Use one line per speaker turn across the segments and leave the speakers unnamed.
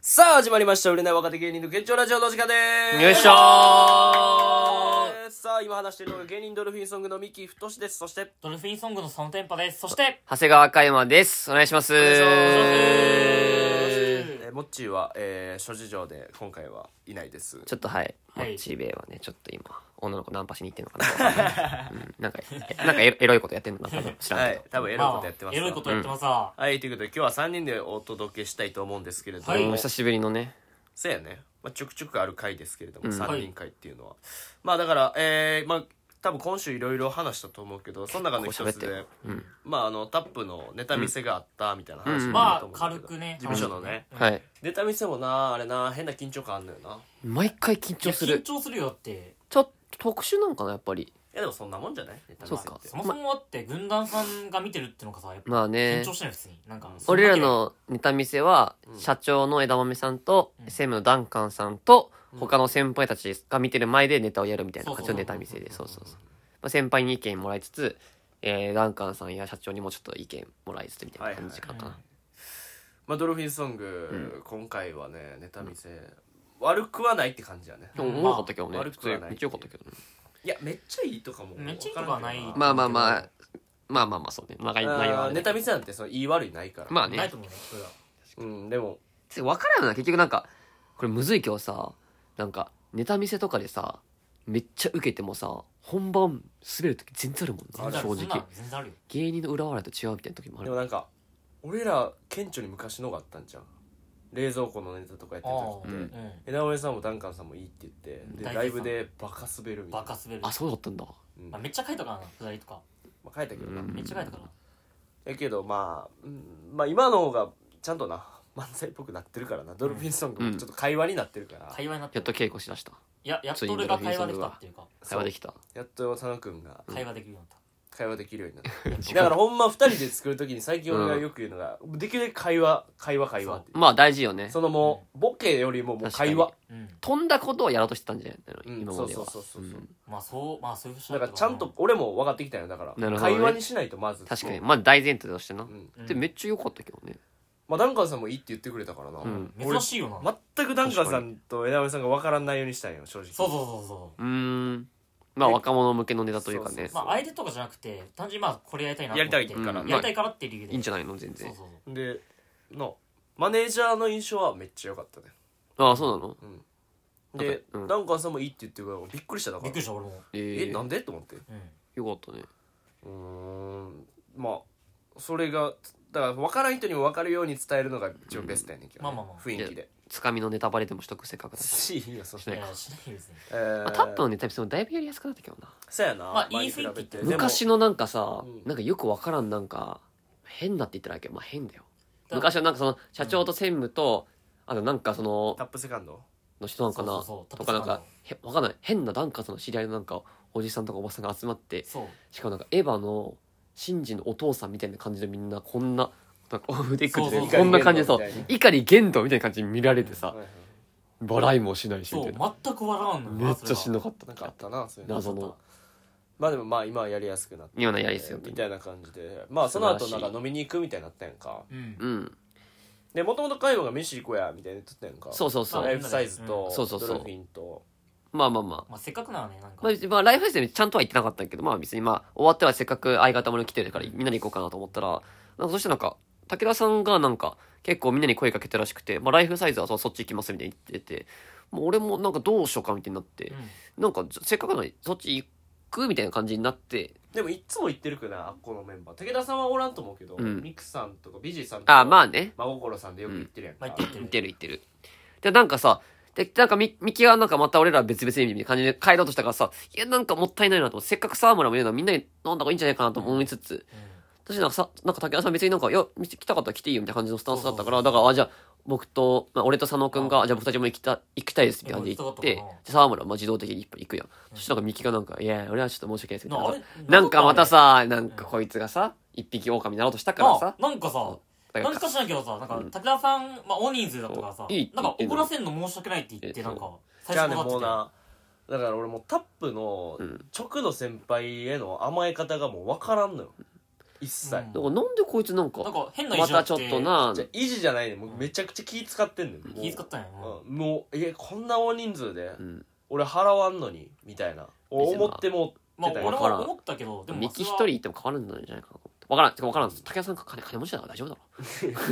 さあ、始まりました。売れない若手芸人の現状ラジオの時間でーす。
よいしょー
さあ、今話しているのが芸人ドルフィンソングの三木太です。そして、
ドルフィンソングのそのテンパです。そして、
長谷川嘉山です。お願いします。
えー、モッチーは、えー、諸事情で今回はいないです。
ちょっとはい、モ
はい
ッチーベイはね、ちょっと今、女の子ナンパしに行ってんのかな。うん、なんか、えなんかエロいことやってんのかな、多分知ら
は
んけ
い
ど。、
多分エロいことやってますわ
エロいことやってますわ。
はい、ということで今日は3人でお届けしたいと思うんですけれども、
は
うん
い
久しぶりのね、
そうやね、まあ、ちょくちょくある回ですけれども、
うん
3人会っていうのは、まあだからえー、まあ多分今週いろいろ話したと思うけどその中の
こう
一
喋っ
つ
て
で
る、。うん。
まああのタップのネタ見せがあったみたいな話
うん
もあると思うんだけど
まあ軽くね
事務所のね
うん
はい。
ネタ見せもなあれな変な緊張感あんのよない
毎回緊
いや
張す
緊
る。
張するよって。
ちょっと特殊なんかな、やっぱり。
やでもそんなもんじゃないネタ見せ
そ
っ
うか
て
そもそもあって、軍団さんが見てるってのがさ、やっぱ
まあね
緊張、しない、普通に。なんか、そんだ
俺
け
ら、のネタ見せは、
うん
社長の枝豆さんと、
うん
SM のダンカンさんと、
うん
他の先輩たちが見てる前でネタをやるみたいな感じの
そうそう
ネタ見せで、そうそうそう。まあ、先輩に意見もらいつつ、えー、ダンカンさんや社長にもちょっと意見もらいつつみたいな感じか
はいはい
な。
まあドルフィンソング、今回はねネタ見せ、悪くはないって感じやね
で
ん
も、おもろかったけどね。
まあ
普
悪
通
くは
に、
ない
めっちゃよかったけどね。
いやめっちゃいいとかも
めっちゃいいとかはない
わから
まあ
け
まあ
ど
まあ、まあまあまあ、そうね。まあ、内容は
あ
あ
ー
れ
ネ
だ
タ
けど
見せなんてその言い悪いないから
まあ
ない
ね
と。思うね、それは。
うんでも
わからんよな、結局なんか、これむずい今日さ、なんか、ネタ見せとかでさ、めっちゃ受けてもさ、本番滑る時全然あるもんな、
全然ある
正
そんな
直
の。全然あるよ。
芸人の裏笑いと違うみたいな時もあ
で
る
もなんか俺ら顕著に昔のがあったんじゃん冷蔵庫のネタとかやってる
ああ、う
時って、
うん
ん。
枝豆さんもダンカンさんもいいって言って
ん
で
大絶賛
ライブでバカ滑るみたい
バ
な
カ、滑る。
あそうだったんだ
うん
ま
ま
あめっちゃ書いたからな、下りとか。
あ、書いたけどな、
うん
めっちゃ書いたから。
やけどまあ、うんまあ今の方がちゃんとな漫才っぽくなってるからなドルフィンソングもちょっと会話になってるから、
会話になって
やっと
る。
稽古しだした
いや、やっと俺が会話できたっていうか、
会話できた
やっと佐野くんが
会話できるようになっ
会話できるようにな っただからほんま2人で作る時に最近俺がよく言うのが、できるだけ会話会話会話って
まあ大事よね
そのもうボケよりももう会話
た。うん。
飛んだことをやろうとしてたんじゃないの、
うん
今までは
そうそうそうそうそう
うん
まあそう、まあそういう人
だからちゃんと、俺も分かってきたよだか
な
ら
るほどね
会話にしないとまず
確かにまあ大前提としてな、
うん
でめっ
ち
ちゃ良かったけどね
まあダンカンさんもいいって言ってくれたからな、
うん
ゃ
俺
珍しいよな。
全くダンカンさんと枝豆さんが分からん内容にしたんよ正直
そうそうそうそう。
うーんまあ若者向けのネタというかね
そう
まあ相手とかじゃなくて単純にまあこれやりたいなと思って
やりたい
から
うんやりたいからっていう理由で
いいんじゃないの全
そ
然
うそうそう
でのマネージャーの印象はめっちゃ良かったね
ああそうなの
で、
うん
ダンカンさんもいいって言ってくれたからびっくりしただか
びっ
ら
くりした俺も
え
え
ー、
なんでと思って
うん
よかったね
うーんまあそれがだから分からん人にも分かるように伝えるのが一応ベストやねんけどね、
うんまあまあまあ
雰囲気で
つかみのネタバレでもしとくせっかくだし、
し いいよそ
しない
い
か
やしないですね
えー
まあ、タップのネタ見せもだいぶやりやすくなったけどな
そうやな、
まあ
前
いい
に比べて
雰囲気って
でも
昔のなんかさ、
うん
なんかよくわからんなんか変なって言ったらいいけどまあ変だよ
だ
昔はなんかその社長と専務と、あのなんかその
タップセカンド
の人なんかな
そうそうそう
とかなんか
タピ
へわかんない変ななんかその知り合いのなんかおじさんとかおばさんが集まって
そう
しかもなんかエヴァのシンジのお父さんみたいな感じでみんなこんななんか腕組んで
そうそう
こんな感じでそう
碇玄
碇玄斗みたいな感じに見られてさ
はいはい
笑いもしないしみ
そ
た
う
いな
全く笑わんのよ
めっちゃしん
な
どかった
なんかあったなそういう
謎の
まあでもまあ今はやりやすくなって
今のやりやすいよ
みたいな感じでまあその後
素
な
晴ら
ん
しい
か飲みに行くみたいになったやんか
うん
うん
でもともと海馬が飯行こうやみたいな言ってたやんか
そううそうそ
ライ
う
フサイズと
うんそうそうそう
ドルフィンと
まあまあまあ
まあせっかくならねなんか
まあ、まあ、ライフフェスでちゃんとは言ってなかったけど、まあ別にまあ、終わってはせっかく相方も来てるから、みんなで行こうかなと思ったら、なんかそしてなんか、武田さんがなんか、結構みんなに声かけたらしくて、まあライフサイズはそうそっち行きますみたいに言ってて、もう俺もなんかどうしようかみたいになって、なんかせっかくなのにそっち行くみたいな感じになって、
でもいっつも言ってるくないあっこのメンバー武田さんはおらんと思うけど
うん
ミクさんとかビジーさんとか
あまあね、
真心さんでよく言ってるやん
う
か
んまあ言って
行ってる行ってる。で、なんかさ、で、なんかみ、ミキがなんかまた俺ら別々にみたいな感じで帰ろうとしたからさ、いやなんかもったいないなと思って、せっかく沢村もいるのはみんなに飲んだ方がいいんじゃないかなと思いつつ、私なんかさ、なんか竹田さん別になんか、いや、見て来たかったら来ていいよみたいな感じのスタンスだったから、だから、あ、じゃあ、僕と、まあ、俺と佐野くんが、じゃあ僕たちも行きた、行きたいですって感じで行って、
え
で
行きたかったか
沢村はまあ自動的に一歩行くやん。そしてなんかミキがなんか、いや、俺はちょっと申し訳ないですけ
なあ
ど
れ、
なんかまたさ、なん
あ
か
れ
こいつがさ、一匹狼になろうとした
う
か
ん
ら
ま
さ
あ、なんかさ
だ
何
か、
からしなきゃさなんか
うん
武田さんまあ大人数だったから
そ
さ
ういいって
なんか
言ってんの
怒らせんの申し訳ないって言って
え
なんか最
じゃあ
初
ね
の
もう
か
なだから俺もうタップの
うん
直の先輩への甘え方がもう分からんのよ一切、
うん
だからなんでこいつなんか
なんか変な
またちょっとな
じゃあ維持じゃないねもうめちゃくちゃ気使ってんねんもう
気使ったんやな
うんもういやこんな大人数で
うん
俺払わんのにみたいな思っても
まあ
出
俺
たよ
も思ったけどでも
ミキ一
そ
人
れは
行っても変わるんじゃないかなと思って分からんてか分からん竹谷さんが金金持ちだから大丈夫だ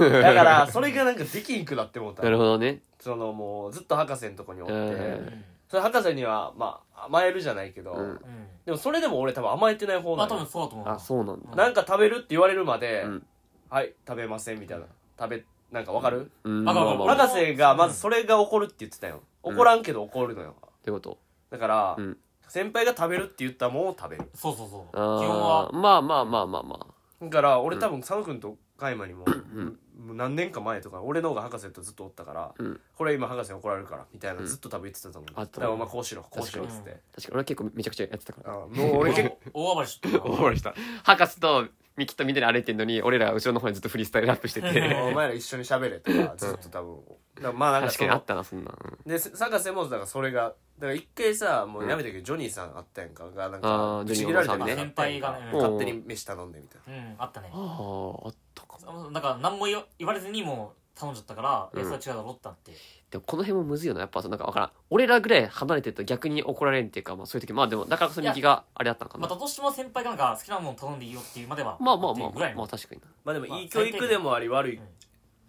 ろ
だからそれがなんかできんくなってもうた
なるほどね
そのもうずっと博士のとこにおって、
うん
それ博士にはまあ甘えるじゃないけど、
うん
うんうん
でもそれでも俺多分甘えてない方な
まあ多
の、
分そうだと思う
あそうなんだ
う
なんか食べるって言われるまで、
うん
はい食べませんみたいな食べなんかわかる、
うん
あ
まあまあ
まあ
まあっ
まあ
博士がまずそれが怒るって言ってたよ
うん
怒らんけど怒るのよ
てこと
だから、
うん
先輩が食べるって言ったもんを食べる
そうそうそう基
あー
本は
まあまあまあまあま
だから俺多分佐野君と加山にも,、
ん
もう何年か前とか俺の方が博士とずっとおったから、
うん
これ今博士に怒られるからみたいなずっと多分言ってたと思う、
あ
だ
と
からお前こうしろこうしろっつっ
確か
て
に、
あ確かに俺は結構めちゃくちゃやってたから
うんもう俺 結構
大暴れしとった な
おもろいした博士とミキとみんなで歩いてんのに俺ら後ろの方にずっとフリースタイルラップして
お
て
前ら一緒に喋れとかずっと多分だからまあなんか
確
そ
かにあ
の
ったなそんなうん
で坂瀬もだからそれがだから一回さもうやめたけどジョニーさんあったやんかがなん
あ
か
ー
ぶち切られた
ジョニー
先輩がね
勝手に飯頼んでみたい
うんあったね
あああったかも
なんか何も言わ言われずにもう頼んじゃったから
うん
いやそれは違うだろってなって
でもこの辺もむずいよなやっぱなんかわからん俺らぐらい離れてると逆に怒られるっていうかまあそういう時まあでもだからこそミキがあれだったのかな
またどうしても先輩がなんか好きなもの頼んでいいよっていうまでは
まあまあまあ
ぐらい
ま
の
あ確かにな
なまあで
ま
も
あ
いい教育でもあり悪い
うん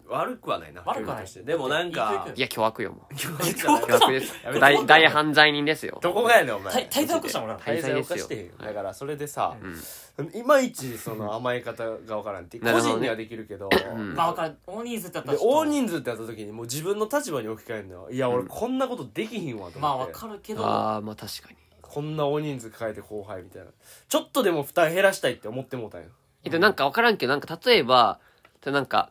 悪くはないな
悪くは
教育
ない
としてでもなんか
いい
いや巨悪よもう
教育じゃない
巨悪です
やめて
大大犯罪人ですよ
どこがやねんお
大
前
体起こしたもん俺ら
大罪
大
を
罪で
犯
す
し
よ
てるよだからそれでさ
うん
いまいちその甘え方がわからんって個
なるほどね
人にはできるけど
ん
まあわかる大人数ってやった
で
らちょっと
大人数ってやった時にもう自分の立場に置き換えるのよいや俺こんなことできひんわと
まあ
思っ
わ
て
かるけど
ああまあ確かに
こんな大人数抱えて後輩みたいなちょっとでも負担減らしたいって思ってもうたんよ
えっと、なんかわからんけど、なんか例えば、でなんか、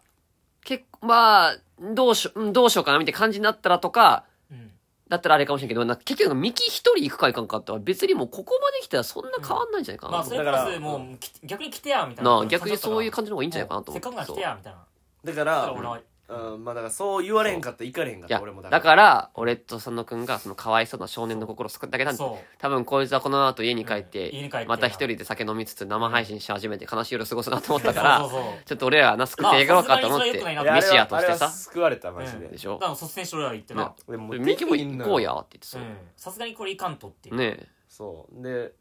結構、まあ、どうしよう、うんどうしようかなみたいな感じになったらとか、
うん
だったらあれかもしれんけど、なんか結局、ミキ一人行くか行かんかっては別にもうここまで来たらそんな変わんないんじゃないかな。
まあそれプ
だか
ラ
ら
スもうき逆に来てやみたい
な
な
あ逆にそういう感じの方がいいんじゃないかなと
せ
思
っ
う。
かくなら来てやみたいな
だか
だから
ら
俺は
うんまあだからそう言われへんかったら行かれへんかっ
そ
た
ういや
俺も、
だから、俺と佐野くんがそのかわいそうな少年の心を救っただけなんで、
そ
多分こいつはこの後家に帰って、
うん家に帰って
また一人で酒飲みつつ生配信し始めて悲しい夜過ごすなと思ったから、
そうそうそう
ちょっと俺らはな救ってやろうかと思っ
まあさすが
て、
にそれは良くないな
や
メシアとして
あれは
さ、
救われたマジで、
うん
でし
うだ
ょ
から率先して俺ら行ってな
でも
でミキも行こうや
よ
って言って
う
さ、
んさすがにこれいかんとっていう
ねえ
そうで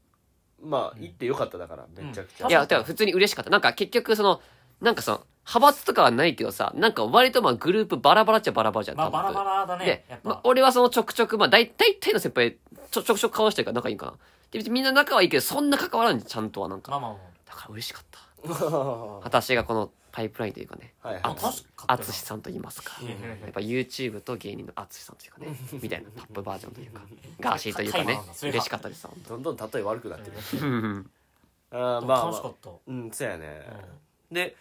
まあ行ってよかっただからめちゃくちゃ、
うん
いや、てか普通に嬉しかった。なんか結局その、なんかその、派閥とかはないけどさ、なんか割とまあグループバラバラっちゃバラバラじゃん。
まあ
多分
バラバラだね
で
やっ、
まあ
ぱ
俺はそのちょくちょく、まあ大大体の先輩、ちょちょくちょく交わしてるから仲いいんかな。で、別にみんな仲はいいけど、そんな関わらんじゃん、ちゃんとはなん
まあ
か。
まあま
だから嬉しかった。
は
私がこのパイプラインというかね、
いはい
ああ確か
あつしさんと言いますか。
うん
やっぱ YouTube と芸人のあつしさんというかね、みたいなタップバージョンというか、ガーシーというか
タイ
ね
マーなんだ、それが
嬉しかったです、本
どんどん例え悪くなってる、
当うん
あーまあ、まあ、
楽しかった
うんそうやね、
う
で、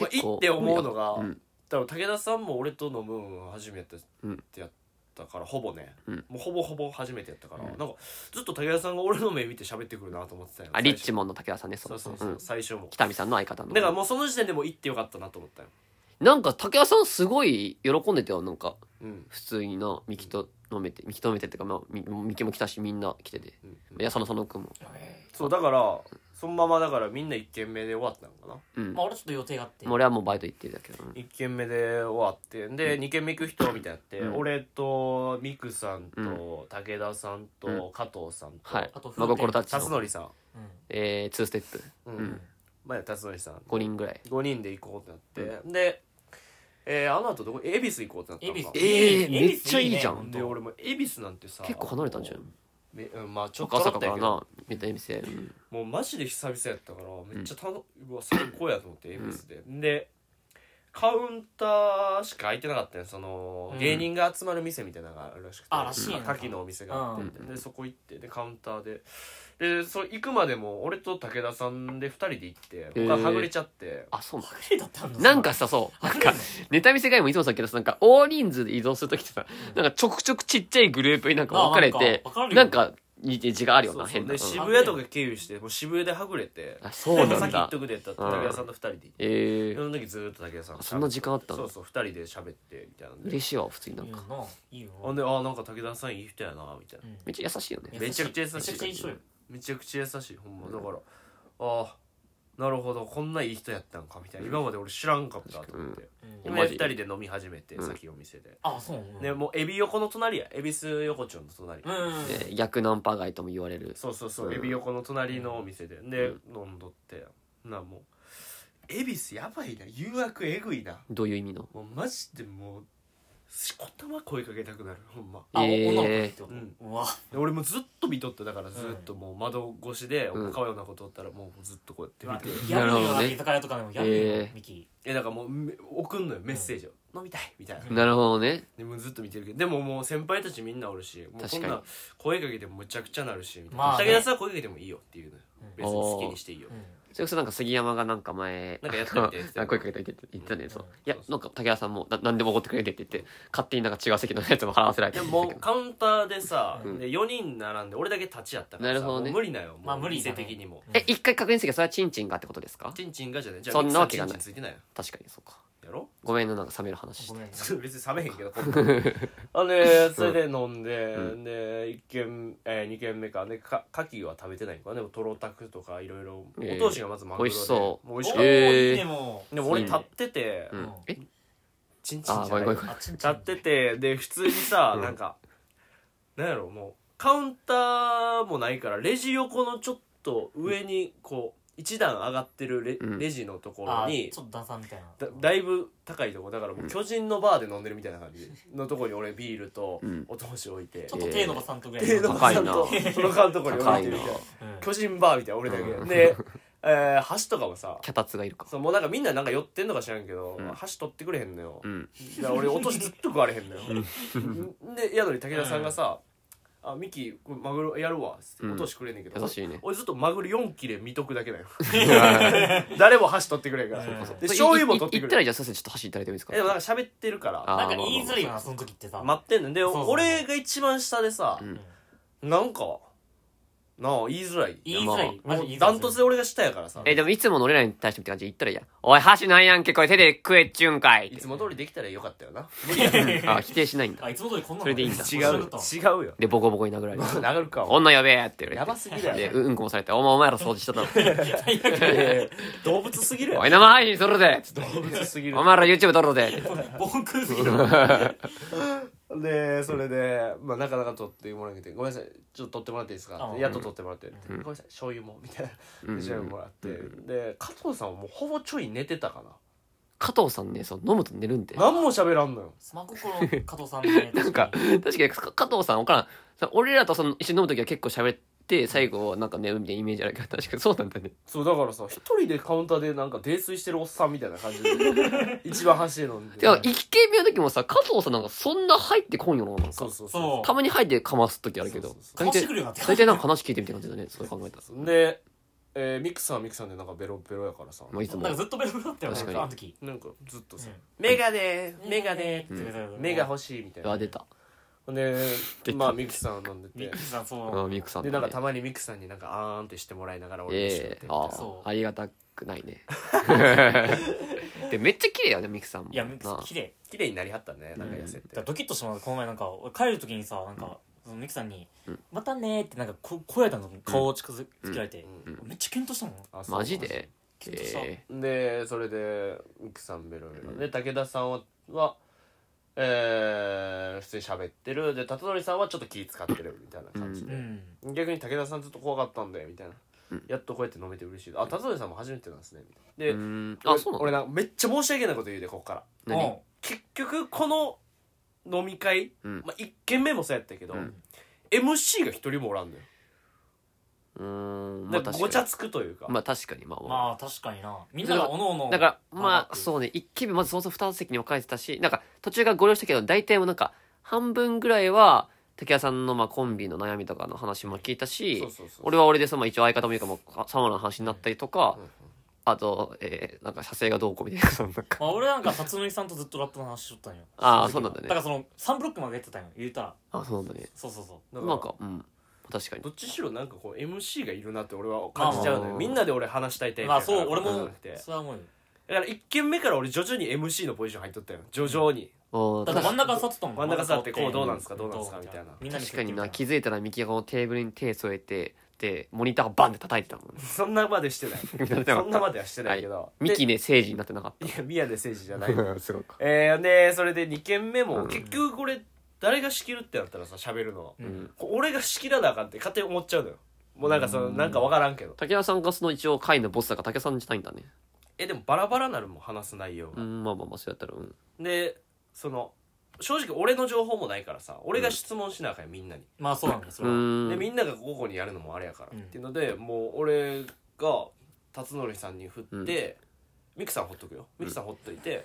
まあ、
結構
行って思うのが、
うん
多分武田さんも俺と飲むん初めてってやったから、ほぼね、
うん
もうほぼほぼ初めてやったから、なんかずっと武田さんが俺の目見て喋ってくるなと思ってたよ
あ、リッチ
も
モンの武田さんね、そ
そう
の、
そうそう、
うん
最初も
北見さんの相方の。
だからもうその時点でもう行ってよかったなと思ったよ
なんか竹谷さんすごい喜んでたよなんか
うん
普通になミキと飲めてミキと飲めてっていうか、まあ、ミミキも来たしみんな来てて、
うん
いや佐野佐野君も、
そうだからそのままだからみんな1軒目で終わったのかな
うん
んまあ俺ちょっと予定があって
まあ俺はもうバイト行ってるだけど、うん
1軒目で終わってで2軒目行く人みたいになって、
うん
俺とミクさんと、
う
武田さんと、
う
加藤さんと、
はい
あと
真心たち
辰
の、
徳さん
うん
えー、2ステップ
うん、
ん
まあ辰徳さん
5人ぐらい
5人で行こうってなって、で、えーあの後どこ恵比寿行こうってなったの
恵比寿
か
えーめっちゃいいじゃん
恵比寿ね
で俺も恵比寿なんてさ
結構離れたんじゃん
めうんまあちょっと
朝か
だ
ら
ったけど
なみたいな店、うん
もうマジで久々やったからめっちゃたの、うわ最高やと思って恵比寿で、でカウンターしか空いてなかったよその、
うん
芸人が集まる店みたいなのがあるらしくて
あらしいね
牡蠣のお店があってみたいな、
うん
でそこ行ってでカウンターででそう行くまでも俺と武田さんで2人で行って僕ははぐれちゃって、
あそうな
隠れだったん
の
だ
なんかさそうなんかネタ見せ会もいつもさっきのさなんか大人数で移動する時ってさなんかちょくちょくちっちゃいグループになんか分かれて
あなんか分かるよ
なんか似て字があるよ
そ
な
うそう
変な
で
うん
渋谷とか経由してもう渋谷ではぐれて
あそ うな
さっき
ん
一
だ
徳でやったって
うん
武田さんと2人で行って、
えー
その時ずーっと武田さんと喋って
そんな時間あったの
そうそう2人で喋ってみたいなんで
嬉しいわ普通になん
いい
か
よないいよ
ほんであなんか武田さんいい人やなみたいな
うん
めっちゃ優しいよね
めちゃくちゃ優しい
めちゃくちゃ一緒よ
めちゃくちゃ優しいほんまだからああなるほどこんないい人やったんかみたいな今まで俺知らんかったと思って、
う
で
ん
マ
二
ジ
人で飲み始めて、
うん
先お店で、
あそううん
でもうエビ横の隣や恵比寿横丁の隣、
うん
ね逆ナンパ街とも言われる
そうそうそう、
うん
エビ横の隣のお店でで、飲んどってなもう恵比寿やばいな誘惑えぐいな
どういう意味の
もうマジでもうしこたま声かけたくなるほんま
あ、
えー
女の子ってこと、
うん
うわ
で俺もずっと見とってだからずっともう窓越しで
うん
かわいようなことおったらもうずっとこうやって見て、
や
なる
る
ほ
よ
ど
な
ね
居酒屋とかでもやるよ
えー
ミキ
えだからもうめ送んのよメッセージを、飲みたいみたいな
なるほどね
でもうずっと見てるけどでももう先輩たちみんなおるしもうこん
確か
な
に
声かけてもむちゃくちゃなるしみたいな、
まあね
武田さんは声かけてもいいよっていうのよ
う
別に好きにしていいよ、
うん
それこそなんか杉山がなんか前
なんかやっといてって
あ声かけてって言ってたね
うん
そう
うん
いやなんか武田さんもな何でも奢ってくれてって言って勝手になんか違う席のやつも払わせられて
で
るん
も
だ
も
け
う
ど
カウンターでさ、
うん
で4人並んで俺だけ立ちやったから
な
さ
るほど
も
ね
う無理なよもう、
まあ無理だ
店
ね
的にも
うん
え一回確認するけどそれはチンチンがってことですか
チンチンがじゃねじゃあ
そんなわけがない
ミキさんチンチンついてないよ
確かにそうか
やろ
ごめんななんか冷める話し
ご
て
め ん
別に冷めへん けどこんなんあでそれで飲んで、
う
で1軒、えー、2軒目かでか牡蠣は食べてないんかなでもとろたくとかいろいろ
えー
お通しがまずマグロで
美味しそう
もう美味し
お
か
ー
った
えー
いいねもう
でも俺立ってて、
うん
うん
え
チンチン
あ
じゃ
ご
な
め
い
んごめんごめん
あちんち
立
ん
っててで普通にさ、
うん
なんかなんやろもうカウンターもないからレジ横のちょっと上にこう一段上がってるレ,、
うん
レジのところ
あ
に
ちょっとダサみたいな
だだいぶ高いとこだからもう巨人のバーで飲んでるみたいな感じのところに俺ビールと
うん
お通し置いて
ちょっと手伸ばさんとぐらい
手伸ばさんと
高い
その間のところに置
高
い
い
てる
な
みたいな
うん
巨人バーみたいな俺だけ、で、えー箸とかもさ
キャタツがいるか
そうもうなんかみんななんか寄ってんのか知らんけど、
うん
箸取ってくれへんのよ、
うん
いや俺お年ずっと食われへんのよで宿に武田さんがさ「あミキこれマグロやるわ」っつって
うん
お年くれんねんけど、
優しいね
俺ずっとマグロ4切れ見とくだけだよ 誰も箸取ってくれんから、
そうかそう
で醤油も取って
いい
く
行ったら
れん
じゃあすいませんちょっと走っていただいてもいいですか
えでもなんか喋ってるから
あ
なんか言いづらいよなその時ってさ
待ってんので
そうそうそう
俺が一番下でさ、なんかなあ言いづらい
言いづらい
も
マジ
う
言いづら
ダ
い
ントツで俺が下やからさ
えでもいつもの俺らに対してみたいな感じで言ったらいいやおい箸なんやんけこれ手で食えっちゅうんかいっ
い
て
つも通りできたらよかったよな
あ否定しないんだ
あいつも通りこんなの
それでいいん
違
だ
う
面白かったわ
違うよ
でボコボコに殴 られる
流れるかお
女やべえって言わ
や
れ
ばすぎだ
てで
よ
ううんこもされてお前お前ら掃除してたの
最悪
えー動物すぎるや
お
ろ
い生配信するぜつって
動物すぎる
お前ら YouTube 撮るぜ
暴君すぎる
でそれで、まあ、なかなか取ってもらえなくて「ごめんなさいちょっと取ってもらっていいですか?」
あ
やっと取ってもらって」ごめんなさい醤油も」みたいなで醤油もらってで加藤さんはもうほぼちょい寝てたかな
加藤さんねそう飲むと寝るんでな
何も喋らんのよ
スマココの加藤さんみたいなん
か確かにか加藤さんわからんさ俺らとその一緒に飲む時は結構喋って最後なんか寝るみたいなイメージあるけど確かにそうなんだね
そうだからさ一人でカウンターでなんか泥酔してるおっさんみたいな感じ で一番端で飲んで
でも一軒目の時もさ加藤さんなんかそんな入ってこんよななんか
そうそう
そ
そう
たまに入ってかます時あるけど
そうそう
か
大
まし
体
てくるよなって
大体なんか話聞いてみたいな感じだねそう考えたら
うで、えーミクさんはミクさんでなんかベロベロやからさ
もういつも
なんかずっとベロベロだったよね
確かに
あの時
なんかずっとさ
うん
「メガネメガネ
うん
目が欲しい」みたいな
あ出た
ほんで
出た
まあミクさんは飲んで
ミ
て
ッキーさんそう
うんミクさん
で
と
な
ね
んかたまにミクさんになんかあーんってしてもらいながら俺も一緒にやっ
え
て
え
みたいな
あ
そ
あ
う
ありがたくない ねでめっちゃ綺麗よねミクさんも
いやミッキーさ
なん
綺麗
綺麗になりはったねなんか痩せ
だから
て
ドキッとしてもらったこの前なんか俺帰る時にさなんかそのミキさんに「またね」ってなんかこ声やったの顔を近づけられて
うん
めっちゃキュンとしたもん
あそう
マジで
キュンとした
え
でそれでミクさんベロベロで武田さんははえー普通に喋ってるで辰徳さんはちょっと気使ってるみたいな感じ
う
で
ん
逆に武田さんずっと怖かったんでみたいな
うん
やっとこうやって飲めて嬉しいあ辰徳さんも初めてなんですねみたいな
え
で
うーん
俺
あそうな
俺
の
なめっちゃ申し訳ないこと言うでこっから
何
結局この飲み会、
うん
まあ、1軒目もそうやったけど、
うん
MC が一人もおらんのよ、
うーん
な
まあ
んか
確
ごち
か
ゃ
に
つくというか、
まあ確かにまあまあ
まあ確かになみんながおのおの
だから
頑張っ
まあ
て
そうね一気にまずそもそも2席に分かれてたしなんか途中からご了承したけど大体もうなんか半分ぐらいは竹谷さんのまあコンビの悩みとかの話も聞いたし
そうそうそう
俺は俺でそのまあ一応相方もいいかもサマの話になったりとか、
うんうん
あと、えー、なんか写生がどうこうみたいなそのなんか
まあ俺なんか辰徳さんとずっとラップの話しとったんよ
ああそうなんだね
だからその3ブロックまでやってたんよ言うたら
あそうなんだね
そうそうそう
だから
なんかうん確かに
どっちにしろなんかこう MC がいるなって俺は感じちゃうの
あ
よ
ー
みんなで俺話したいタイプ
ま
や
あ
から
そう俺
う
も
んだ
それは思うよ
から1軒目から俺徐々に MC のポジション入っとったよ徐々に
おー
だって
確
真
か
ん中座ってたもん
真ん中座ってこうどうなんすか
ん
どうなんすかみたいな
みんなに
確かにな
聞いて
気づいたらミキがこのテーブルに手添えてってモニターがバンって叩いてたもんね
そんなまでしてない
見られてなかった
そんなまではしてないけど、
ミキ
で
ね政治になってなかっ
いや宮根誠司じゃない
たすごく
えー、でそれで2件目も、
うん
結局これ誰が仕切るってなったらさ喋るの、
うん
こ俺が仕切らなあかんって勝手に思っちゃうのよもうなんかその、なんか分からんけど
武田さんがその一応会のボスだから武田さんじゃないんだね
えでもバラバラなるもん話す内容
う
が、
んまあまあまあそうやったらうん
でその正直俺の情報もないからさ俺が質問しなあかんよみんなに、
まあそうなんだそうれは
で
ん
みんなが午後にやるのもあれやから、
うん
っていうのでもう俺が辰徳さんに振
う
っ
ん
て、ミキさんほっとくよミキさんほっとい て、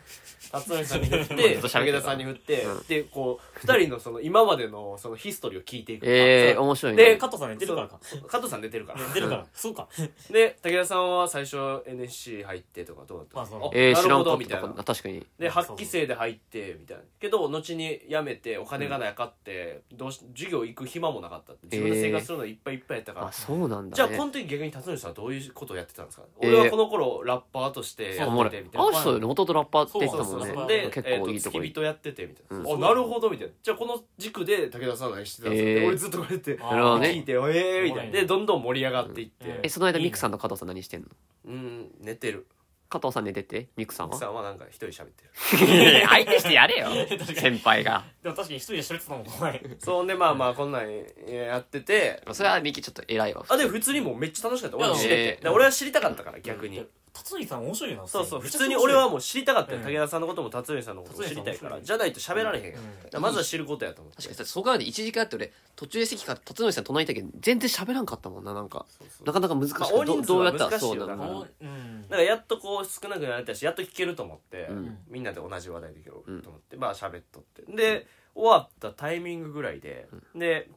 辰徳さんに振って
ずっと喋ってた
武田さんに振って、でこう2人のその今までのそのヒストリーを聞いていく
ええ
あ
面白い
で
ね
加藤さんね出るからか
そう加藤さん出てるから
出 るからそうか
で武田さんは最初 NSC 入ってとかどうだった
まあそう
えー
な
知
る
ら
ほ
んか
ど
っ
みた
た
い
こ
な
と確かに
で
そう
8期生で入ってみたいなけど後に辞めてお金がなかって、どうし授業行く暇もなかったって自分で生活するのいっぱいいっぱいやったから、
あそうなん
じゃ
だ
あこ
ね
の時逆に辰徳さんはどういうことをやってたんですか、
えー
俺はこの頃ラッパーとしてや
お
っ
もろ
てて
い
みたい
あ
な
の人もともとラッパーって言って
そう
た
そ
も
うんそ
ね
う
そう
で、
結
え
構
ー
いい
と
と
付
こ
き
に
人やっててみたいな、
うん
あなるほどみたいなじゃあこの軸で武田さんは何してたんですかって、
えー
俺ずっとこうやって
な
るほどね
聞いてえーみたいなでどんどん盛り上がっていって、
うん
えその間ミクさんと加藤さん何してんの
うん寝てる
加藤さん寝ててミクさん
奥
は
さんはなんか一人喋ってる
いや 相手してや れよ
かに
先輩が
でも確かに一人で喋ってたもん怖い
そんでまあまあこんなんやってて
それはミキちょっと偉いわ
あでも普通にもうめっちゃ楽しかった
いや
俺も知れて
え、ー
で俺は知りたかったから逆に、
辰徳さん面白いな
そうそう
め
普
ちゃくちゃ
通
面
に
白い
俺はもう知りたかったよ、
うん
武田さんのことも辰徳さんのことも知りたいから
辰徳
じゃないと喋られへんやん、
うん
だからまずは知ることやと思って
確かにさそこからね一時間あって俺途中で席から辰徳さん隣いたけど全然喋らんかったもんななんか
そうそう
なかなか難しく
まあ
て
大
ど
人数
どうや
は
ったら
難し
そ
いうよ
な
だから
の
おうん
だからやっとこう少なくなれたしやっと聞けると思って、
うん
みんなで同じ話題できると
う
思っ
ん
て、まあ喋っとってで終わったタイミングぐらいで、で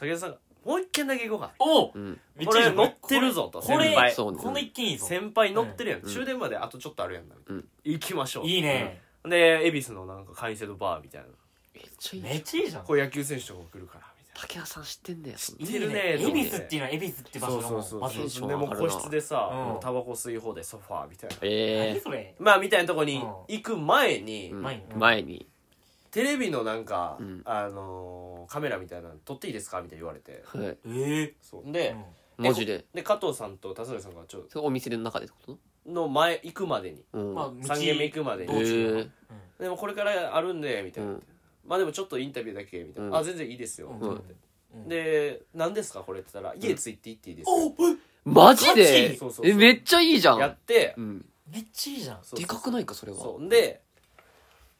武田さんが「もう一軒だけ行こうか」
おう
うん
めっちゃいいじゃん
これ乗ってるぞと
これ
先輩
そうね
この一軒いいぞ
先輩乗ってるやん、
ん
終電まであとちょっとあるやんな、
うん
行きましょう
いいね
で恵比寿のなんかカイセドバーみたいな
めっちゃいい
めっちゃいいじゃん
こう野球選手とかも来るからみたいな
竹谷さん知ってんだよそんない
いね
恵比寿っていうのは恵比寿って場所だ
そ
も
うそ
ん
う
ま
そ
ず
う
テンショ
そう
ン
で
上
も
が
う
るな
個室でさ、
うん
もうタバコ吸い放題ソファーみたいな
え
何それ
まあみたいなとこに行く前に、
えうん
前に
前に
テレビのなんか、
うん
あのーカメラみたいなの撮っていいですかみたいに言われて
はい
ええ
そうで、
文字で
で加藤さんと田辺さんがちょっ
それお店の中でってこと
との前行くまでに
うん
まあ道
3軒目行くまで
道
に
え
中
え
でもこれからあるんでみた
う
いな、
ん
まあでもちょっとインタビューだけみたいな、
うん
あ全然いいですよ、
うんうん
で何ですかこれって言ったら家ついて行っていいですよ、
おえ
マジ
マジ
で
そうそうそう
えめっちゃいいじゃ
や
ん
って
うん
めっちゃいいじゃん
そうそ
で
うそう
かくないかそれは
そうで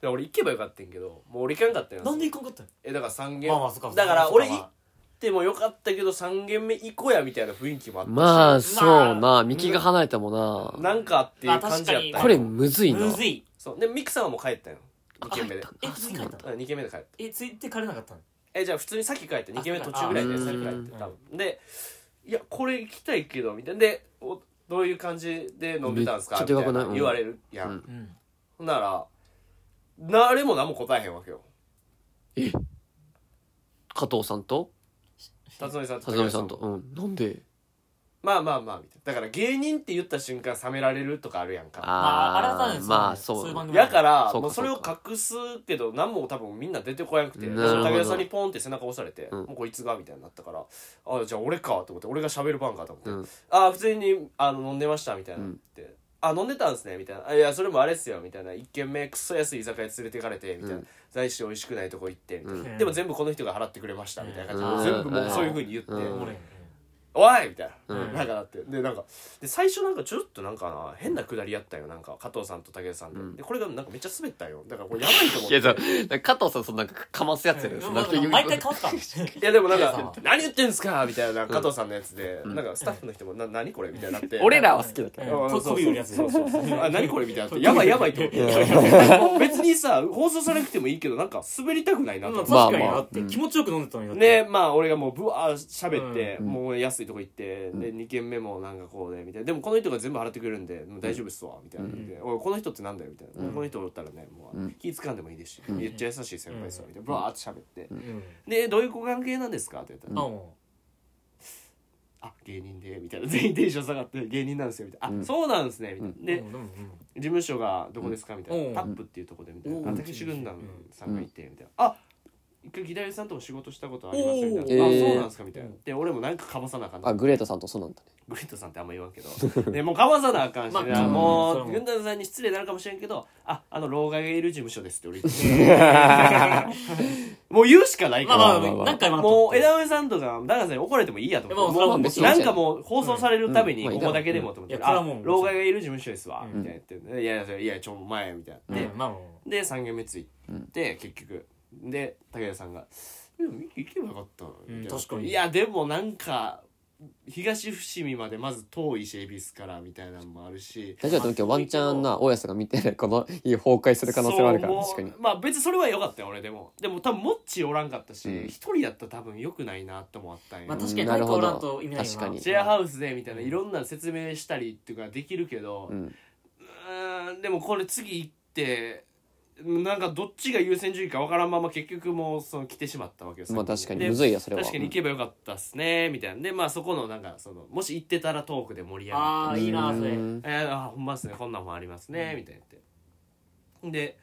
で俺行けばよかったんやけどもう俺行かんかったんや
なんで行かんかったの
えだから3軒、
まあまあそっか
だから俺
そっ
行ってもよかったけど3軒目行こうやみたいな雰囲気もあったし
まあそう
ま
な幹が離れたもんな
なんかっていう感じやったん
まあ
や
これ
確
むずいな
むずい
そうでミクさんはもう帰ったんよ2
あ
軒目で
入った
え
んだあそうなんだ
入っ
2軒目で帰った
えついて帰れなかったの
えじゃあ普通にさっき帰って2軒目途中ぐらいで
あ
さっき帰
う
っ
ん
て多分でいやこれ行きたいけどみたいなでおどういう感じで飲んでたんですかみ
めったちゃ
い
でかくない
な言われるや
うんん
うん
ほんなら誰も何も答えへんわけよ
加藤さんと
辰徳さん
佐々木さんとうんなんで
まあまあまあみたいなだから芸人って言った瞬間冷められるとかあるやんか
まあ、
あ
改め
ー
て
まあ
そう
そ
いうう番組
やか
だ
ら
そうか
もうそれを
そ
隠すけど何も多分みんな出てこやんくて
なるほ
武
ど
田さんにポンって背中押されて「
うん
もうこいつが」みたいになったから「あじゃあ俺か」と思って俺が喋る番かと思って「
うん
あ普通にあの飲んでました」みたいな
う
っ
ん
て。あ飲んでたんですねみたいな「あいやそれもあれっすよ」みたいな「一軒目クソ安い居酒屋連れてかれて」みたいな
うん
「在地美味しくないとこ行って」みたいな、
うん
でも全部この人が払ってくれました」みたいな感じで、
うん
全部もうそういうふうに言って「
うん
おもろい
おい!」みたいな、
うん
なんかだってでなんかで最初なんかちょっとなんかな変なくだりやったよなんか加藤さんと武田さんで,、
うん
でこれがなんかめっちゃ滑ったよだからこれやばいと思っ
い
て
やそう加藤さんそんなんかかますやつや
う
ろ
ん
そんな
うん毎回変わった
いやでもなん
いやさ
か「何言ってんすか!」みたいな加藤さんのやつで、なんかスタッフの人も「な何これ?」みたいになって
俺らは好きだけ
う
ど
ん
うん飛び降りるやつ
そうそうそうあ何これみたいにな ってやばいやばいと思って別にさ放送されなくてもいいけどなんか滑りたくないなと思
まあ
っ
確
て、
か
ま
に
あまあ
だって
うん
気持ちよく飲んでたのにだって
でまあ俺がもうぶわー喋って、
うん
もう安いとこ行って、で2軒目もなんかこうでみたいなでもこの人が全部払ってくれるんでもう大丈夫っすわみたいな、でおいこの人ってなんだよみたいな、この人おったらねもう、気掴んでもいいですし、めっちゃ優しい先輩っすわみたいなぶわーって喋って、
うん
でどういうご関係なんですかって言ったら
あ、も
あ芸人でみたいな全員テンション下がって芸人なんですよみたいな、あそうなんですねみたいな、
う
で
うんうんうん
事務所がどこですかみたいな、
うん
タップっていうとこでみたいな、
うん
あたけし軍団さんがいてみたいな、あ一回ギタリさんとも仕事したことありますよみたいな、
お
あ
ー
そうなんですかみたいなで俺もなんかかばさなあかんな
あグレートさんとそうなんだね
グリッドさんってあんま言わんけどでもうかばさなあかんし、
まあ
いや
それ
も
も
う軍団さんに失礼になるかもしれんけどああの老害がいる事務所ですって俺言ってもう言うしかない
ま
か
あ
ら、
まあ、
まあまあ
何回も
もう枝上さんとかダガさんに怒られてもいいやと思っ
いや
て
まあそれはもう別に
なんかもう放送されるたびに
うん
ここだけでもと思って、
うんいやそれは
あ
もう別に
老害がいる事務所ですわ、
うん
みたいな言っていやいやいやちょ前みたいな、
で
で、
まあ、
で3軒目ついて、結局で武田さんが「でもミキ行けばよかったの
うん
みたいな
確かに
いやでもなんか東伏見までまず遠いし恵比寿からみたいなのもあるし
大丈夫だと思うけどワンチャンな大家さんが見てこの家崩壊する可能性もあるから
そうもう
確かに
まあ別にそれは良かったよ俺でもでも多分モッチーおらんかったし
うん
一、人やったら多分良くないなともあったんや、
まあ確か
う
に
んなるほど
なんかおらんと意味ないよな
確かに
シェアハウスでみたいないろんな説明したりっていうかできるけど、
うん
うーんでもこれ次行ってなんかどっちが優先順位かわからんまま結局もうその来てしまったわけです
まあ確かに
で
むずいよそれは
確かに行けばよかったっすねみたいなでまあそこのなんかそのもし行ってたらトークで盛り上が
あ
っ
あ
て
いいなそれ
うん
えー、あほんまっすねこんなんもありますねみたいな言ってで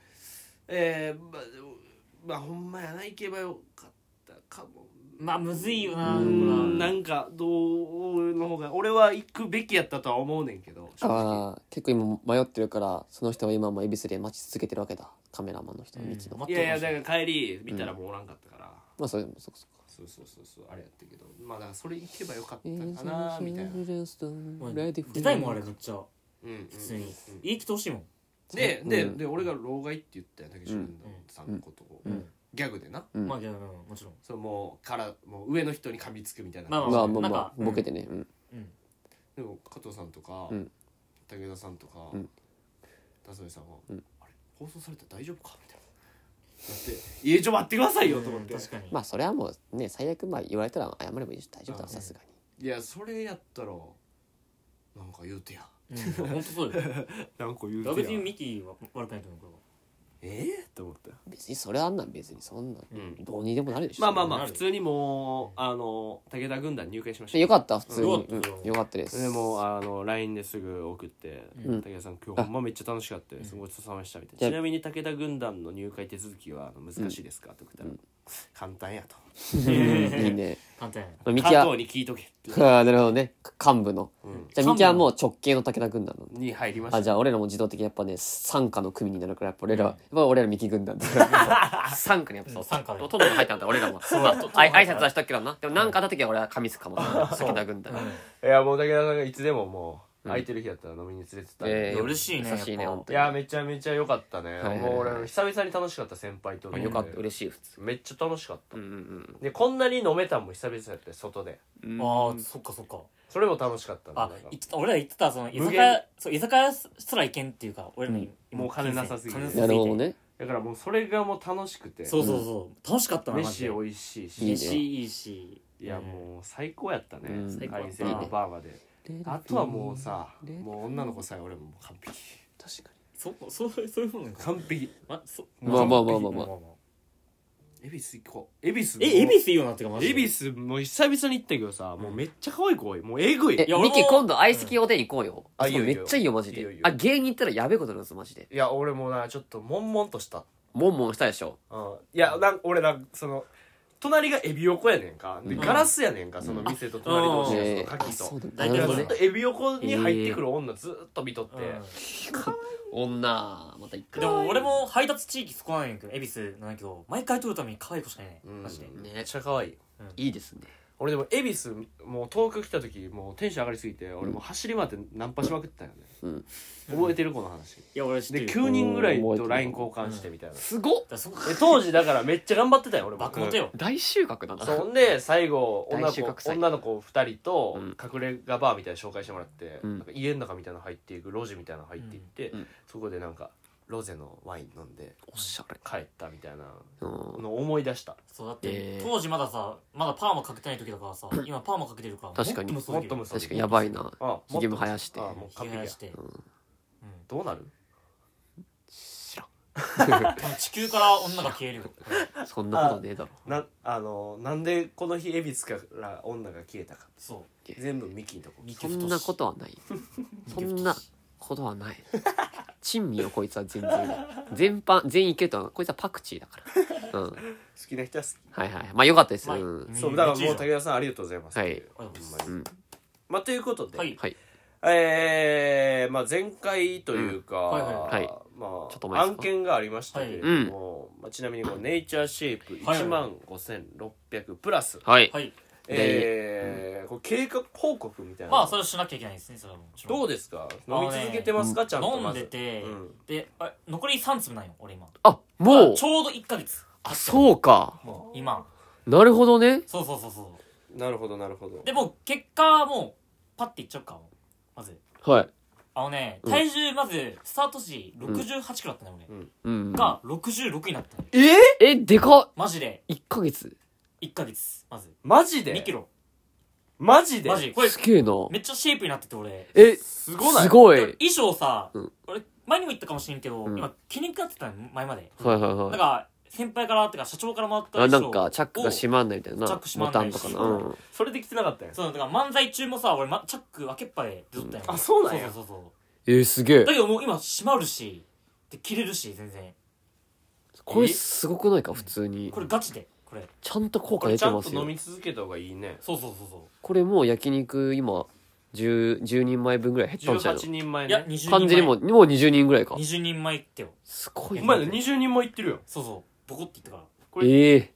えー、まあまあほんまやな行けばよかったかも
まあむずいよな
う
ほ
ー
ら
んなんかどうの方が俺は行くべきやったとは思うねんけど正直
あー結構今迷ってるからその人は今も恵比寿で待ち続けてるわけだカメラマンの人
うん
ミキの、
ま
いやいやだから帰り見たらもうおらんかったから、
まあそれもそこそこ
そうそうそうそうあれやったけどまあだからそれ行けばよかっ
えー
たかなみたいな、うん
もう出たいもんあれめっちゃ
うん、
普通に
うん
言い切ってほしいもん
でで,、
うん
で俺が老害って言ったやん竹下君さんのことを、
うん
ギャグでな
うん
まあいやうんもちろん
そのもうからもう上の人に噛みつくみたいな、
まあ
まあまあ
なん
まあ
か
ボケてねうん
うん
でも加藤さんとか、
うん
武田さんとか、
うん
田添さんは、
うん
あれ放送されたら大丈夫かみたいな。だって「いやちょ待ってくださいよ」と思って、
確かに
まあそれはもうね最悪まあ言われたら謝ればいいし大丈夫だろ
うん
さすがに
いやそれやったらなんか言うてや
うん本当そうよ
なんか言
いや別にミキは悪くないと思うけど
ええと思った
別にそれはあんなん別にそんなん
うん
どうにでもなるでしょ
まあまあま
な
あ
る
普通にもうあの武田軍団入会しました
でよかった普通に
よかった
うん
よ
よかったです
でもあの LINE ですぐ送って「
うん
武田さん今日ほんまめっちゃ楽しかったですごちそうさまでした」みたいな「
じゃあ
ちなみに武田軍団の入会手続きはあの難しいですか?」って送ったら「簡単や」と
いいね
簡単や
「加
ミ
藤
キは
に聞いとけ」って
ああなるほどねか幹部の
うん
じゃあミキはもう直系の武田軍団なの
に入りまし
あ
た
じゃあ俺らも自動的にやっぱね傘下の組になるからやっぱ俺らはやっぱ俺らミキ軍 団だから傘下にやっぱそう
傘下で
トントン入ったんだ俺らもまああい挨拶はしたっけどなでもなんかあった時は俺は神すかもな武田軍団
いやもう武田さんがいつでももう空いてる日やったら飲みに連れてったんで
え
いや嬉しいね
優しいね
やっぱ
本
い
当に
やめちゃめちゃ良かったね
いはいはい
もう俺久々に楽しかった先輩と
まあよかった嬉しい普通
めっちゃ楽しかっ
うんうんうん
たでこんなに飲めたんも久々やったよ外で
うんああそっかそっか
それも楽しかったの
あ
なんか
言ってた俺ら言ってたその居
無
酒
限
屋そう居酒屋すら行けんっていうか俺らの今
もう金なさすぎて
金なさ
なるほどね
だからもうそれがもう楽しくて
そうそうそう楽しかったなマ
飯
ジで
美味しいし
いいね
飯いいし
いやもう最高やったね
うん
最高やった
最高やった
バーまであとはもうさもう女の子さえ俺も完璧
確かに
そそうそういうもんなんか
完璧
まそ
まあまあまあまあ
ま
ま
あ
あ
まあ
恵比寿行こう恵比寿
え恵比寿いいよなっていうかマジ
恵
で
比寿もう久々に行ったけどさもうめっちゃ可愛い子多いもうえぐい
え
い
や
ミ
俺も
キ今度相席おでん行こうよ
あ
そ
いい
れ
よいいよ
めっちゃいいよマジ
いいよいい
で
よ
あ芸人行ったらやべえことなんですマジで
や俺もなちょっと悶々とした
モンモンしたでしょ
うんいやなん俺なんその隣がエビ横やねんかでガラスやねんかその店と隣同士
え
でそ
ー
の
あ
牡蠣
そ
と
うだ
大
な
体
る
で
ほ
ず
どね
っとエビ横に入ってくる女ずっと見とって
う
女また行く
んでも俺も配達地域少ないんやけど恵比寿なんやけど毎回取るために可愛い子しかいない
うん
マジで
めっちゃ可愛い
いいですね
俺でも恵比寿もう東京来た時もうテンション上がりすぎて俺もう走り回ってナンパしまくってたよね、
うん
覚えてるこの話
いや俺知っ
で
てるよだか
9人ぐらい
覚えて
と
る
LINE 交換してみたいな、
すごっ
らそこ
で当時だからめっちゃ頑張ってたよ俺も
爆モテよ
大収穫だな
そんで最後女の
大収穫
子
祭
女の子2人と
うん
隠れ家バーみたいなの紹介してもらって、
うん
なんか家の中みたいなの入っていく路地みたいなの入っていって、
うんうん
そこでなんかロゼのワイン飲んで
おしゃれ
帰ったみたいな
うん
のを思い出した
そうだっ
えー
て当時まださまだパーマかけてない時だからさ今パーマかけてるから
確かに
もっと
も
も
っと
も
む
確かにやばいな
あ
ひげも生やして
あもう完璧や
してうん
どうなる
知
多分地球から女が消えるよ
らんそんなことねえだろ
なあのなんでこの日恵比寿から女が消えたか
そ
全部ミキのとこ
う
そんなことはないそんなことはない珍味よこいつは全然全般全員いけるとはこいつはパクチーだからうん
好きな人は好き
はいはいまあよかったです
ま
う
あ
ん
そううんだからもう武田さんありがとうございます
はい
ほんまに
うん
まあということで、
はい
はい
えーまあ、前回というか、
んはいはい
はいはい
ま
ちょっと
あ、
前です
案
か
件がありましたけれども、まあ、ちなみにこのネイチャーシェイプ
はい
1万5600プラス、
はい
はい
えーこう経過報告みたいな、
まあそれをしなきゃいけないですねそれはもちろん
どうですか飲み続けてますか、ちゃんと
飲
ま
ん
ず
でて、
うん
であ残り3粒ないよ俺今
あもう
ちょうど1ヶ月
あそうか
もう今
なるほどね
そうそうそうそう
なるほどなるほど
でもう結果はもうパッていっちゃうかもうまず
はい
あのね
ん
体重まずスタート時6 8キロだったね俺、
うん
うん
が66になったのよ
えー、
えでか
マジで
っ1ヶ月
1ヶ月まず
マジで
2キロ
マジで
マジこれ
すげえな
めっちゃシェイプになってて俺
え
す
す
ごない
ごい
だから衣装さ、
うん
俺前にも言ったかもしれんけど、
うん
今気に食ってたの前まで、
はいはい
だか
はい
ら先輩からってか社長からもらった
あな
衣
ん
装
かチャックが閉まんないみたいな
チャック閉
ボ
まん
タ
な
ン
い
とか
し
なうん
それで来てなかったよ
そうだから漫才中もさ俺、ま、チャック開けっぱで出とったよ、
うんあそうなんや
そうそうそうそう
えーすげえ
だけどもう今閉まるしで切れるし全然
これすごくないか普通に
これガチでこれ
ちゃんと効
こ
果
れ
出
ちゃ
て
ん
ま
と
す
飲
よ
み続けた方がいいね
そうそうそうそ
これもう焼肉今 10, 10人前分ぐらい減ったんちゃう
18人前
ういや
ね
20人前
完全にもうもう20人ぐらいか
20人前ってよ
すごい
お
な
前ら20人前いってるよ
そうそうボコって言ったか
これ
ええ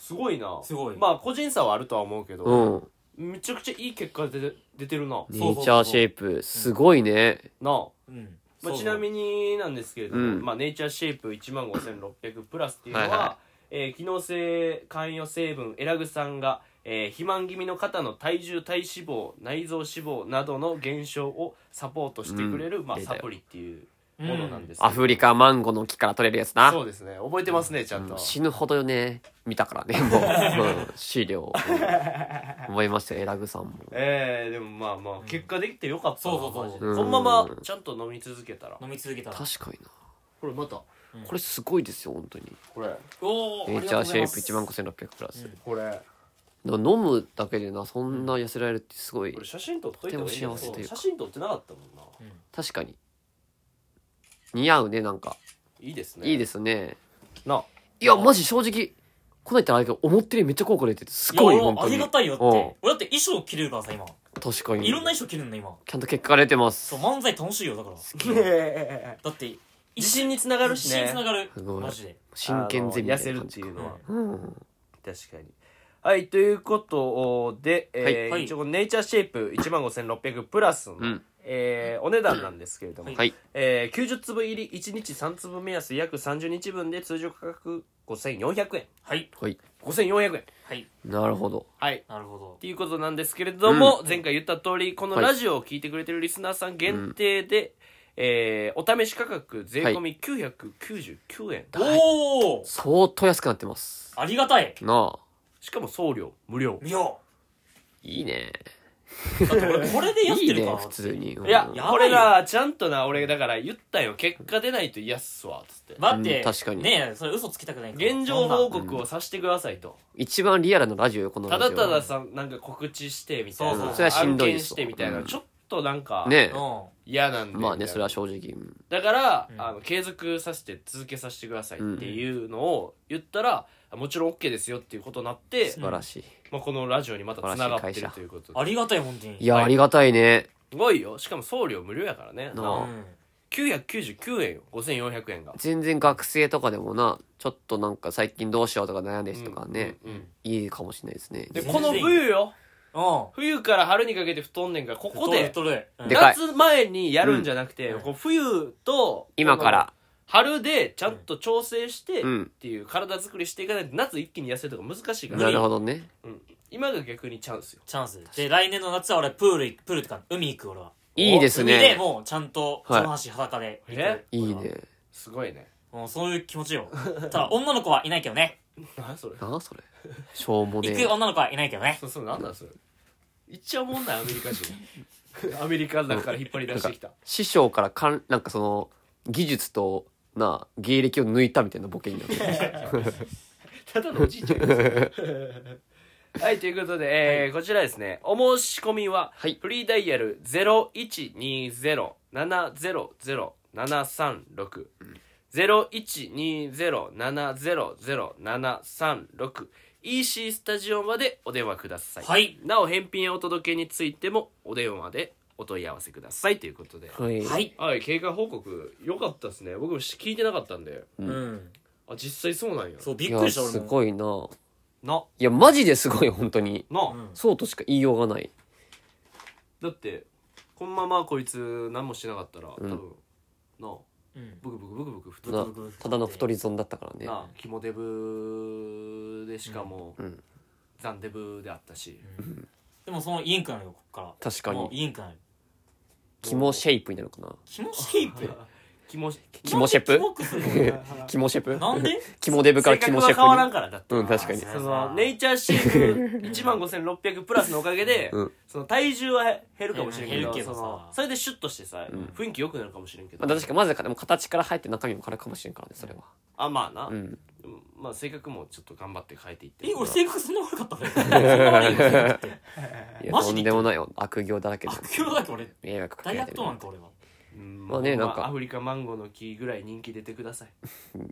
すごいな
らすごい、
まあ個人差はあるとは思うけど、
うん
めちゃくちゃいい結果出て出てるな
ネイチャーシェイプすごいね
なあ
うん
まあ、ちなみ
に
になんですけれども、
うん
まあ、ネイチャーシェイプ1万5600プラスっていうのは、
はいは
えー機能性関与成分エラグ酸が、えー肥満気味の方の体重体脂肪内臓脂肪などの減少をサポートしてくれる、まあ、
出た
サ
よ
プリっていうものなんですけど
アフリカマンゴーの木から取れるやつな
そうですね覚えてますねちゃんと、
死ぬほどね見た からねもう、うん、資料、うん思いましたよエラグさんも
えー、でもまあまあ結果できてよかったな
そうそうそう
マジで
うん
このままちゃんと飲み続けたら
飲み続けたら
確かにな
これまた
これすごいですよ本当に
これ
お
ネイチャーシェイプ1万
個
5600プラス、
これ
だから飲むだけでなそんな痩せられるってすごい
これ写真撮っといた方がいいんじゃない
とても幸せという
写
か
真撮ってなかったもんな
確かに似合うねなんか
いいですね
いいですね
な あ
いやマジ正直こないってあれだけど思ってるよりめっちゃ効果出ててすごい本
あ
当
り
に
がたいよって
うん
俺だって衣装着れるからさ今
確かに
いろんな衣装着れるんだ今
ちゃんと結果が出てます
そう漫才楽しいよだからだって
自信につながるしね
一緒に繋がる
すごい
マジで
真剣ゼミ
あの痩
みた
せ
い
るっ
な感
て
じ
い
か
うのは
うん
確かにはいということで、えー
はい
一応このネイチャーシェイプ1万5600プラスの、
ん
えーお値段なんですけれども、
はい
はい
えー90粒入り1日3粒目安約30日分で通常価格5400円
はい
はい
5400円
はい
なるほど
はい
なるほど
っていうことなんですけれども、前回言った通りこのラジオを聞いてくれてるリスナーさん限定で、えーお試し価格税込み999円、
おお
相当安くなってます
ありがたい
なあ
しかも送料無料
見よ
いいね
うだって俺これでやっ
い
て
い
るか
ね
ら
普通にうん
いや
やばいよ
これなちゃんとな俺だから言ったよ結果出ないと嫌っすわっつって
待って
うん確かに
ねえそれ嘘つきたくないから
現状報告をさせてくださいと、
一番リアルなラジオよこの
た
ラジオ
だたださなんか告知してみたい
そう
な
そうそれは
しんどい
案件
っす
し
わ
てみたいな、
うん
ちょっとなんか
ね
そんな
嫌なんで
まあね
みたいな
それは正直うん
だから、
うん
あの継続させて続けさせてくださいっていうのを言ったら、もちろん OK ですよっていうことになって、
素晴らしい
まあ、このラジオにまたつながって
素晴
る
らしい会社
ということ
うんあ
で
りがたい本当に
いや
はい
ありがたいね
すごいよしかも送料無料やからね
な
う
あ
ん
999円よ5400円が
全然学生とかでもなちょっとなんか最近どうしようとか悩んでる人とかね、
うんうんうん
いいかもしれないですね
で
全
こ
然
の冬よ
うん
冬から春にかけて太んねんからここで
太る太るうん
でかい
夏前にやるんじゃなくて、
うん
こう冬と
今から
この春でちゃんと調整してっ
うん
ていう体作りしていかないと夏一気に痩せるとか難しいから
なるほどね
今が逆にチャンスよ
チャンスで来年の夏は俺プール行くプールとか海行く俺はい
いです
海で
ね
もうちゃんと
はい
上半身裸で行く
え
いいね
すごいね
もうそういう気持ちよただ女の子はいないけどね
何それ
なあそれしょうも
行
ねえ
く女の子はいないけどね
そうそうなんだそれ一応もんないアメリカ人 アメリカの中から引っ張り出してきた
師匠からかんなんかその技術となあ芸歴を抜いたみたいなボケになってる
ただのおじいちゃんです はいということで、えーこちらですねお申し込みは
はい
フリーダイヤル0120-700-700 736。0120-700-736 EC スタジオまでお電話ください、
はい
なお返品やお届けについてもお電話でお問い合わせくださいということでは
はい。。
はいい。
い、経過報告良かったですね僕も聞いてなかったんで
うん。
あ実際そうなんや
そう、びっ
や
く、りした、俺
す
も。
ごいな。
ない
や、マジですごい、本当に。
な、
うん
そうとしか言いようがない。
だってこのままこいつ何もしなかったら多分、
ん
なあ
うん。
ブクブクブクブク太る
な
ブクブク
ただの太り損だったからね
な。あキモデブでしかも、
うんうん
ザンデブであったし、
でもそのインクなのよ、こっから。
確か
もう
に。
インクなのよ。
肝シェイプになるかな。
キモシェイ プ
キモ
肝シェプ
なんでキモくするの
肝シェプ
なんで
肝デブから
性
肝
格
シ
は変わら
ェ
ん
プ
からだって
に。うん、確かに
あ。ー
そのネイチャーシーク1万5600プラスのおかげで、
うん
その体重は減るかもしれんけど,、
減るけどさ
そのそれでシュッとしてさ、雰囲気良くなるかもしれんけど、
まあ、確かにまずか、でも形から入って中身も変わるかもしれんからね、それは。
あまあな、
うん。
まあ性格もちょっと頑張って変えていって
え、俺
性
性格そんな悪かったのそんな 悪いの
いや、
マジ
と
で
んでもないよ。悪行だらけで。
悪評だけ俺、
迷惑か
大
け
学
てる
と。なんか俺は。
ま
まあねなんか
アフリカマンゴーの木ぐらい人気出てください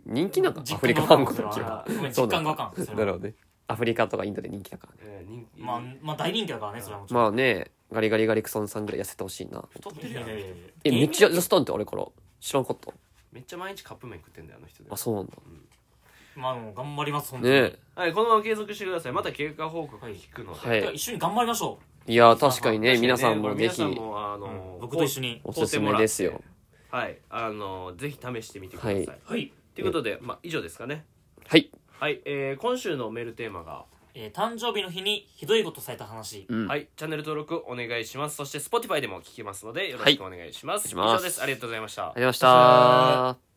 人気なんかア
実
フリ
感
カ
が
ファンコ
それ
の
は
気は。
ごめん
そう
実
なん
感が
だ
わかん。そ
だ
れ
ろ
は
うね。アフリカとかインドで人気だからね。
えー人気
まあ、まあ大人気だからね、それはもちろん。
まあね、ガリガリガリクソンさんぐらい痩せてほしいな。
太って
い
る
や
やん
いやいやいや
え、めっちゃ痩せたんってあれから。知らんかった。
めっちゃ毎日カップ麺食ってんだよあの人で
あ、そうなんだ。
まあ、でも頑張ります、本当に。
ね
はいこのまま継続してくださいまた経過報告聞くので、
はい
だから一緒に頑張りましょ
いやー、確かに
確かに
ね、
ね
皆さん
こ
も
れ
ぜ
皆さん
ひ、
もあ
う。
の
うん僕と一緒に。
おすすめですよ。
はいあのぜひ試してみてください、
はい
はい。
ということで、まあ、以上ですかね
はい。
はい、えー今週のメールテーマが、
えー誕生日の日にひどいことされた話。
うん。
はい、チャンネル登録お願いしますそして Spotify でも聞けますのでよろしくお願いします,、
はいお願いします
以上ですありがとうございました
ありがとうございました。